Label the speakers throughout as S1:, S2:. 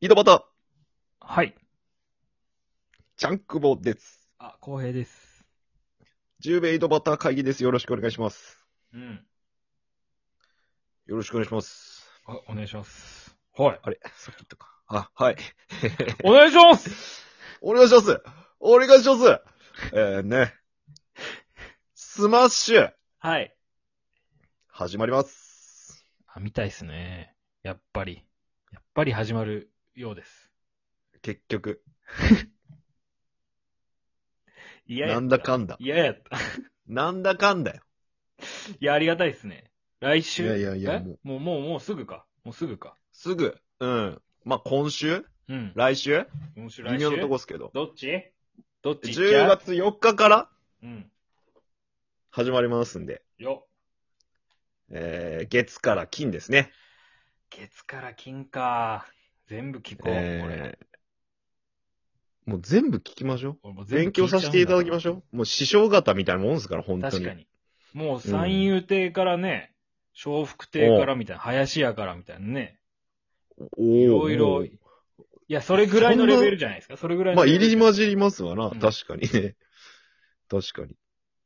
S1: 井戸端、
S2: はい。
S1: ジャンクボです。
S2: あ、公平です。
S1: 10名井戸端会議です。よろしくお願いします。
S2: うん。
S1: よろしくお願いします。
S2: あ、お願いします。はい。
S1: あれさっき言ったか。あ、はい。
S2: お願いします
S1: お願いしますお願いしますえー、ね。スマッシュ
S2: はい。
S1: 始まります。
S2: あ、見たいっすね。やっぱり。やっぱり始まるようです。
S1: 結局、
S2: い
S1: なんだ。かんだ。
S2: いややった。
S1: なんだかんだよ。
S2: いや、ありがたいっすね。来
S1: い
S2: 週。
S1: やいやいや、
S2: え
S1: もう、
S2: もう、もう、もうすぐか。もうすぐか。
S1: すぐ、うん。まあ、今週
S2: うん。
S1: 来週
S2: 今週
S1: 微
S2: 来
S1: 妙
S2: 週。
S1: なとこっすけど。
S2: どっちどっち行っちゃ
S1: 10
S2: う
S1: 月4日から
S2: うん。
S1: 始まりますんで、
S2: よ。
S1: えー、月から金ですね。
S2: 月から金か。全部聞こう、俺。
S1: えーもう全部聞きましょ
S2: 俺もう
S1: う。
S2: 全
S1: 勉
S2: 部
S1: 強
S2: 聞いちゃうん
S1: させ
S2: だから
S1: ていただきましょう。もう師匠方みたいなもんですから、本当に。
S2: 確かに。もう三遊亭からね、笑福亭からみたいな、林家からみたいなね、
S1: お
S2: い
S1: ー
S2: ろいろ、いや、それぐらいのレベルじゃないですか、それぐらいの
S1: まあ、
S2: レベ
S1: 入
S2: ル
S1: り混じりますわな。
S2: ん
S1: 確かにね。 確かに。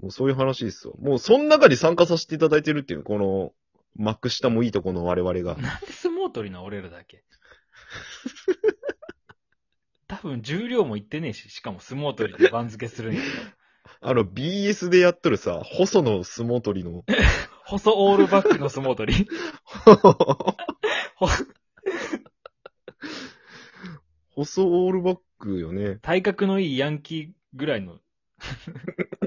S1: もうそういう話ですわ。もうその中に参加させていただいてるっていう、この、幕下もいいとこの我々が。
S2: なんで相撲取りな、俺らだけ。多分、重量もいってねえし、しかも相撲取りで番付するんやけど。
S1: あの、BS でやっとるさ、細野相撲取り の。
S2: 細オールバックの相撲取り。
S1: 細オールバックよね。
S2: 体格のいいヤンキーぐら いの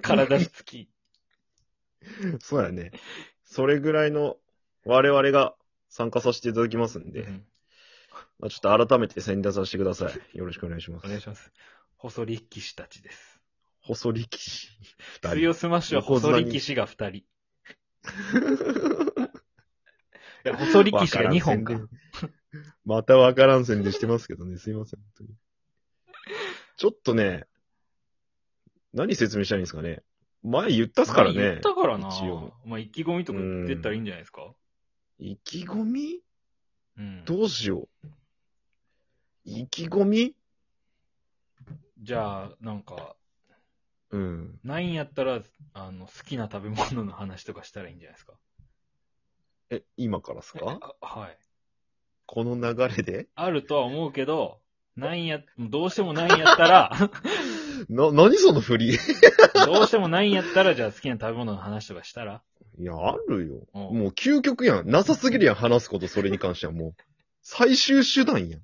S2: 体つき。
S1: そうやね。それぐらいの我々が参加させていただきますんで、
S2: うん
S1: まあ、ちょっと改めて宣伝させてください。よろしくお願いしま
S2: お願い
S1: す。
S2: します。細力士たちです。
S1: 細力士。
S2: 水曜スマッシュは細力士が二人。 いや細力士が2本か
S1: わら。ん宣伝またわからん宣伝してますけどね。すいません。本当にちょっとね、何説明したらいいんですかね。前言ったっすから
S2: まあ
S1: ね
S2: 言っ。たからな。
S1: 一応
S2: まあ、意気込みとか出たらいいんじゃないですか。
S1: 意気込み
S2: うん。
S1: どうしよう。意気込み
S2: じゃあ、なんか、
S1: うん。
S2: ないんやったら、あの、好きな食べ物の話とかしたらいいんじゃないですか。
S1: え、今からっすか
S2: あはい。
S1: この流れで
S2: あるとは思うけど、ないんや、どうしてもないんやった ら、
S1: な、何その振り い
S2: どうしてもないんやったら、じゃあ好きな食べ物の話とかしたら。
S1: や、あるよ。
S2: うん
S1: もう究極やん。なさすぎるやん、話すこと、それに関してはもう。最終手段やん。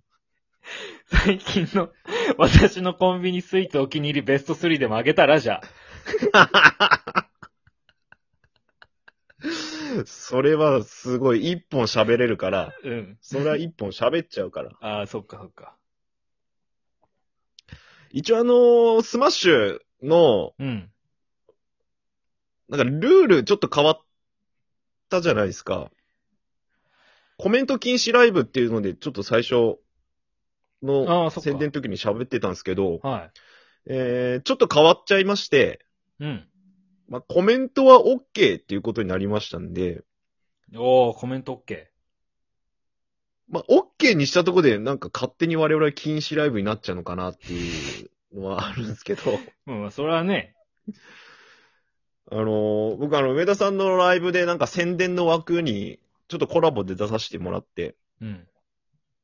S2: 最近の、私のコンビニスイーツお気に入りベスト3でもあげたら、じゃあ。
S1: それはすごい、一本喋れるから、
S2: うん。
S1: それは一本喋っちゃうから。
S2: ああ、そっかそっか。
S1: 一応あのースマッシュの、
S2: うん。
S1: なんかルールちょっと変わったじゃないですか。コメント禁止ライブっていうので、ちょっと最初の
S2: ああ、そっか。
S1: 宣伝の時に喋ってたんですけど、
S2: は
S1: えー、ちょっと変わっちゃいまして、
S2: い。うん。
S1: まあ、コメントは OK っていうことになりましたんで、
S2: おー、コメント OK。
S1: まあ、OK にしたとこで、なんか勝手に我々禁止ライブになっちゃうのかなっていうのはあるんですけど、
S2: うん、まあそれはね、
S1: あのー僕あの、上田さんのライブでなんか宣伝の枠に、ちょっとコラボで出させてもらって、
S2: うん。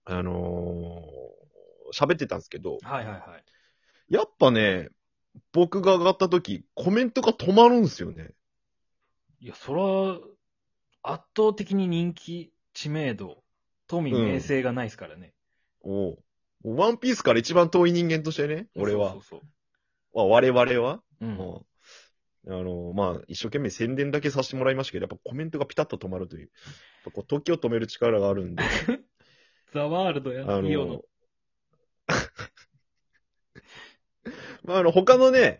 S1: あのー喋ってたんですけど、
S2: はいはいはい。
S1: やっぱね、僕が上がった時、コメントが止まるんですよね。
S2: いや、それは、圧倒的に人気、知名度、富、
S1: うん
S2: 名声がないですからね。
S1: おうワンピースから一番遠い人間としてね、俺は。
S2: そうそう
S1: まあ我々は、
S2: そう。うん。
S1: もうあの、まあ、一生懸命宣伝だけさせてもらいましたけど、やっぱコメントがピタッと止まるという、やっぱこう時を止める力があ るんで、
S2: ザワールドや
S1: あの、
S2: イオの。
S1: まあ、あの、他のね、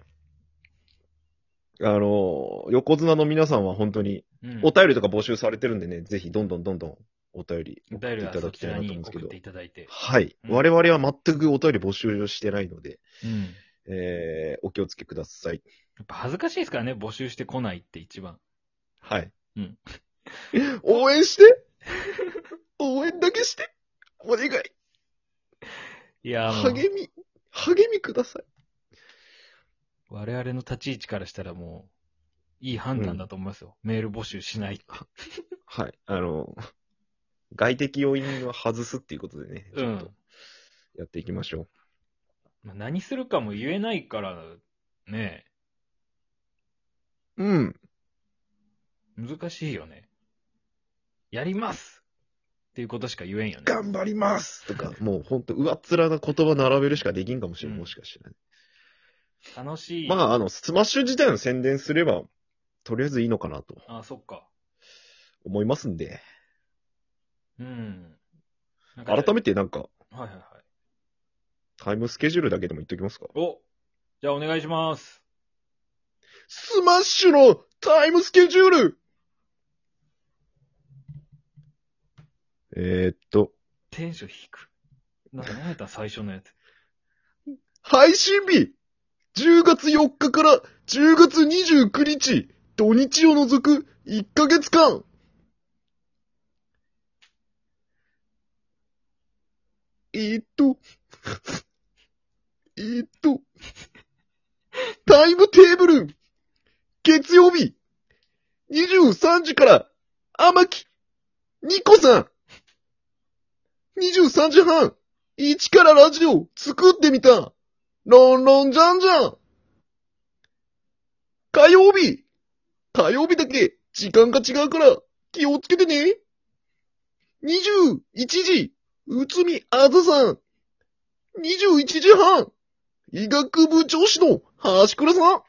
S1: あの、横綱の皆さんは本当に、
S2: うん
S1: お便りとか募集されてるんでね、ぜひどんどんどんどんお便り
S2: お
S1: 送ってい
S2: 便り
S1: た
S2: は
S1: だ
S2: そ
S1: き
S2: ち
S1: たいなと
S2: ら
S1: 思うん
S2: に
S1: ですけ
S2: 送っ
S1: ど
S2: て。いただいて。
S1: はい。
S2: うん
S1: 我々は全くお便り募集をしてないので、
S2: うん。や
S1: えー、お気をつけください。
S2: っぱ恥ずかしいですからね、募集してこないって一番。
S1: はい。
S2: うん。
S1: 応援して応援だけしてお願い
S2: いや、もう、
S1: 励み、励みください。
S2: 我々の立ち位置からしたらもう、いい判断だと思いますよ。メール募集しない。
S1: はい。あの、外的要因は外すっていうことでね、
S2: う
S1: ちょっ
S2: ん
S1: と。やっていきましょう。
S2: まあ、何するかも言えないから、ね、
S1: うん。
S2: 難しいよね。やりますっていうことしか言えんよね。
S1: 頑張りますとか、もうほんと、上っ面な言葉並べるしかできんかもしれん、
S2: うん
S1: もしかしたら、ね。
S2: 楽しい。
S1: まあ、あの、スマッシュ自体の宣伝すれば、とりあえずいいのかなと
S2: あ、そっか。
S1: 思いますんで、
S2: うん。なんか
S1: 改めてなんか、
S2: はいはいはい。
S1: タイムスケジュールだけでも言っときますか。
S2: おじゃあお願いします。
S1: スマッシュのタイムスケジュールえー、っと、
S2: テンション低く。な、何やった最初のやつ。
S1: 配信日 !10 月4日から10月29日、土日を除く1ヶ月間えー、っと、 えー、っと、タイムテーブル月曜日 !23 時から天木ニコさん !23 時半一からラジオ作ってみたロンロンジャンジャン火曜日火曜日だけ時間が違うから気をつけてね !21 時宇都宮あずさん !21 時半医学部女子の橋倉さん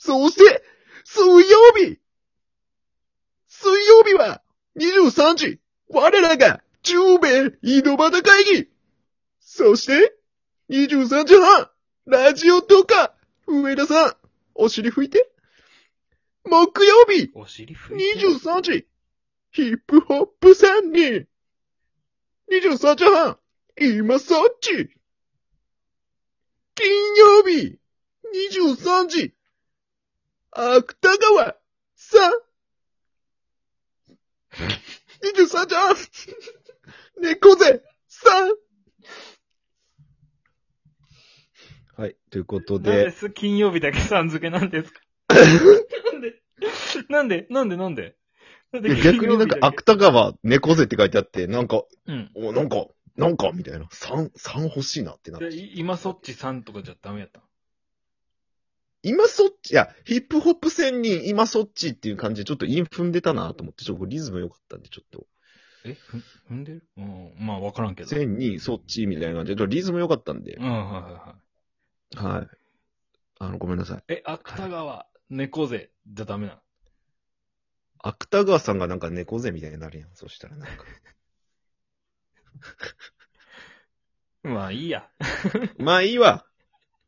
S1: そして、水曜日水曜日は23時我らが、中米井戸端会議そして、23時半、ラジオとか、上田さん、お尻拭いて。木曜日、
S2: お尻拭いて。
S1: 23時、ヒップホップさんに。23時半、今そっち。金曜日、23時、芥川さん。23時半、猫背さん。はい、ということ
S2: なんで
S1: で、
S2: す金曜日だけさん付けなん ですかなんでなんでなんでなんでなんで
S1: 逆になんか
S2: く。
S1: 芥川猫背って書いてあって、なんか、
S2: うん。
S1: お、なんか、なんか、みたいな。3、3欲しいなってなっ
S2: で
S1: て。
S2: い今そっちさんとかじゃダメやった。
S1: 今そっち、いや、ヒップホップ1000人、今そっちっていう感じで、ちょっとイン踏んでたなと思って、ちょっとリズム良かったんで、ちょっと。
S2: えふ踏んでるうん。まあわからんけど。
S1: 1000人、そっち、みたいな感じで、ちょっとリズム良かったんで
S2: う。ん、はいはいは
S1: はい。あの、ごめんなさい。
S2: い。え、芥川、猫背じゃダメなの
S1: 芥川さんがなんか猫背みたいになるやん。そしたらなんか。
S2: まあいいや。
S1: まあいいわ。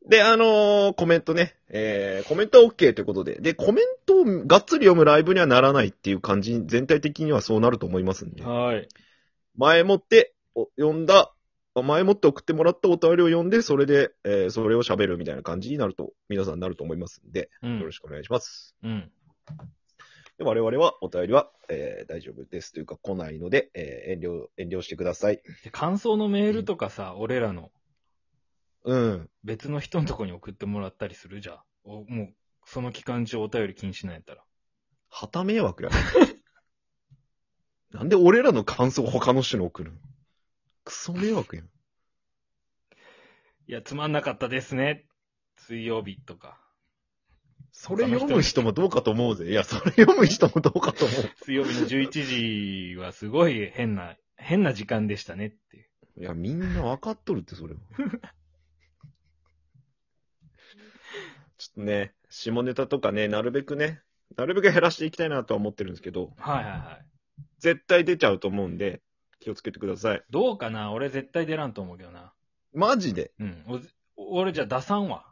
S1: で、あのーコメントね。えー、コメントは OK ということで。で、コメントをがっつり読むライブにはならないっていう感じに、全体的にはそうなると思いますんで。
S2: はい。
S1: 前もってお読んだ、前もって送ってもらったお便りを読んで、それで、えーそれを喋るみたいな感じになると、皆さんなると思いますんで、
S2: う
S1: よろ
S2: ん。
S1: しくお願いします。
S2: うん。
S1: で我々は、お便りは、えー大丈夫ですというか来ないので、えー遠慮、遠慮してください。
S2: で感想のメールとかさ、俺らの
S1: うん。
S2: 別の人のとこに送ってもらったりするじゃん。おもう、その期間中お便り禁止なんやったら。
S1: 旗迷惑や。なん で俺らの感想を他の人に送るのクソ迷惑やん。
S2: いや、つまんなかったですね。水曜日とか。
S1: それ読む人もどうかと思うぜ。いや、それ読む人もどうかと思
S2: 水曜日の11時はすごい変な、変な時間でしたねっていう。
S1: う。いや、みんな分かっとるって、そ れは。ちょっとね、下ネタとかね、なるべくね、なるべく減らしていきたいなとは思ってるんですけど、
S2: はいはいはい。
S1: 絶対出ちゃうと思うんで、気をつけてください。
S2: どうかな俺絶対出らんと思うけどな。
S1: マジで。
S2: うん。おず俺じゃあ出さんわ。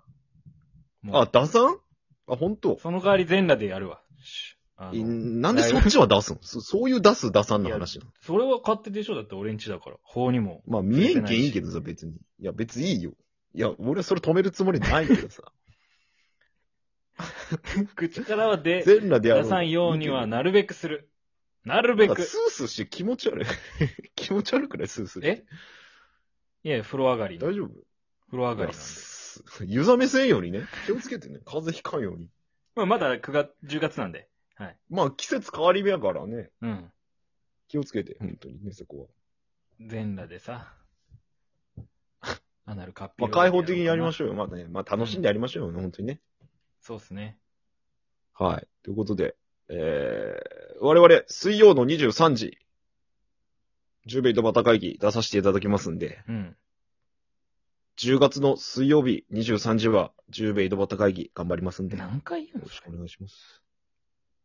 S2: もう
S1: あ、打算あ、本当。
S2: その代わり全裸でやるわ。しあの
S1: いなんでそっちは出すのそそういう出す、出さんの話なの
S2: それは勝手でしょだって俺んちだから。法にも。
S1: まあ見えんけんいいけどさ、別に。いや、別にいいよ。いや、俺はそれ止めるつもりないけどさ。
S2: 口からは 出、
S1: 全裸でやろ
S2: 出
S1: う。
S2: さんようにはなるべくする。なるべ
S1: なんか
S2: く。
S1: スースーして気持ち悪い。気持ち悪くないスースー。
S2: えいや、風呂上がりの。
S1: 大丈夫
S2: 風呂上がりなんで。
S1: す湯冷めせんようにね。気をつけてね。風邪ひかんように。
S2: まあ、まだ9月、10月なんで。
S1: まあ季節変わり目やからね。
S2: うん。
S1: 気をつけて、本当にね、そこ
S2: 全裸でさ。 アナルカッピ
S1: は。まあ開放的にやりま
S2: ょうか
S1: しょうよ。まあね、まあ楽しんでやりましょうよね、本当にね。
S2: な。そうですね。
S1: はい。ということで、えー、我々、水曜の23時、10ベイトバタ会議出させていただきますんで、
S2: うん。
S1: 10月の水曜日23時は、10ベイトバタ会議頑張りますんで、よ
S2: 何回言うん
S1: ろ
S2: です
S1: し
S2: か
S1: くお願いします。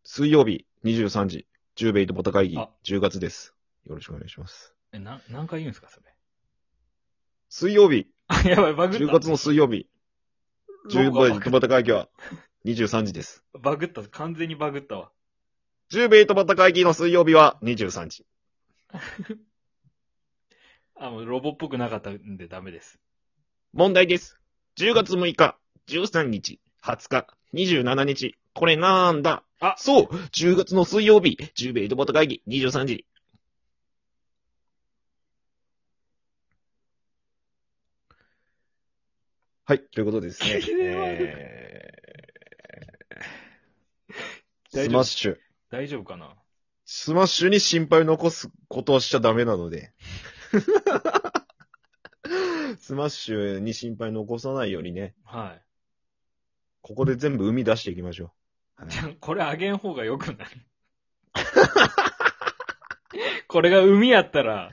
S1: 水曜日23時、10ベイトバタ会議
S2: あ、
S1: 10月です。よろしくお願いします。
S2: え、な、何回言うんですか、それ。
S1: 水曜日、
S2: あ、やばい、バグった。
S1: 10月の水曜日、
S2: ロ
S1: 10
S2: ゴ
S1: ベ
S2: が
S1: イ
S2: バグ
S1: トバタ会議は23時です。
S2: バグった。完全にバグったわ。
S1: 10ベイトバタ会議の水曜日は23時。
S2: あ、もうロボっぽくなかったんでダメです。
S1: 問題です。10月6日、13日、20日、27日。これなんだ
S2: あ。
S1: そう !10 月の水曜日、10ベイドバタ会議、23時。はい、ということでですねえー
S2: 大
S1: ス
S2: 丈
S1: マ
S2: 夫
S1: ッシュ。
S2: 大丈夫かな
S1: スマッシュに心配残すことはしちゃダメなの で。スマッシュに心配残さないようにね、
S2: はい。
S1: ここで全部生み出していきましょう。はい
S2: じゃあ これあげん方が良くない これが海やったら、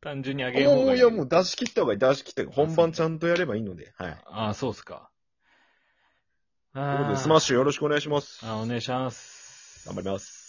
S2: 単純にあげん方
S1: も
S2: が
S1: う
S2: いい。
S1: いや、もう出し切った方がいい、出し切った方がいい。本番
S2: あ
S1: ちゃんとやればいいので。はい。
S2: ああ、そうっすか。
S1: ということ
S2: あ
S1: で、
S2: あ、
S1: スマッシュよろしくお願いします。
S2: あお願いします。
S1: 頑張ります。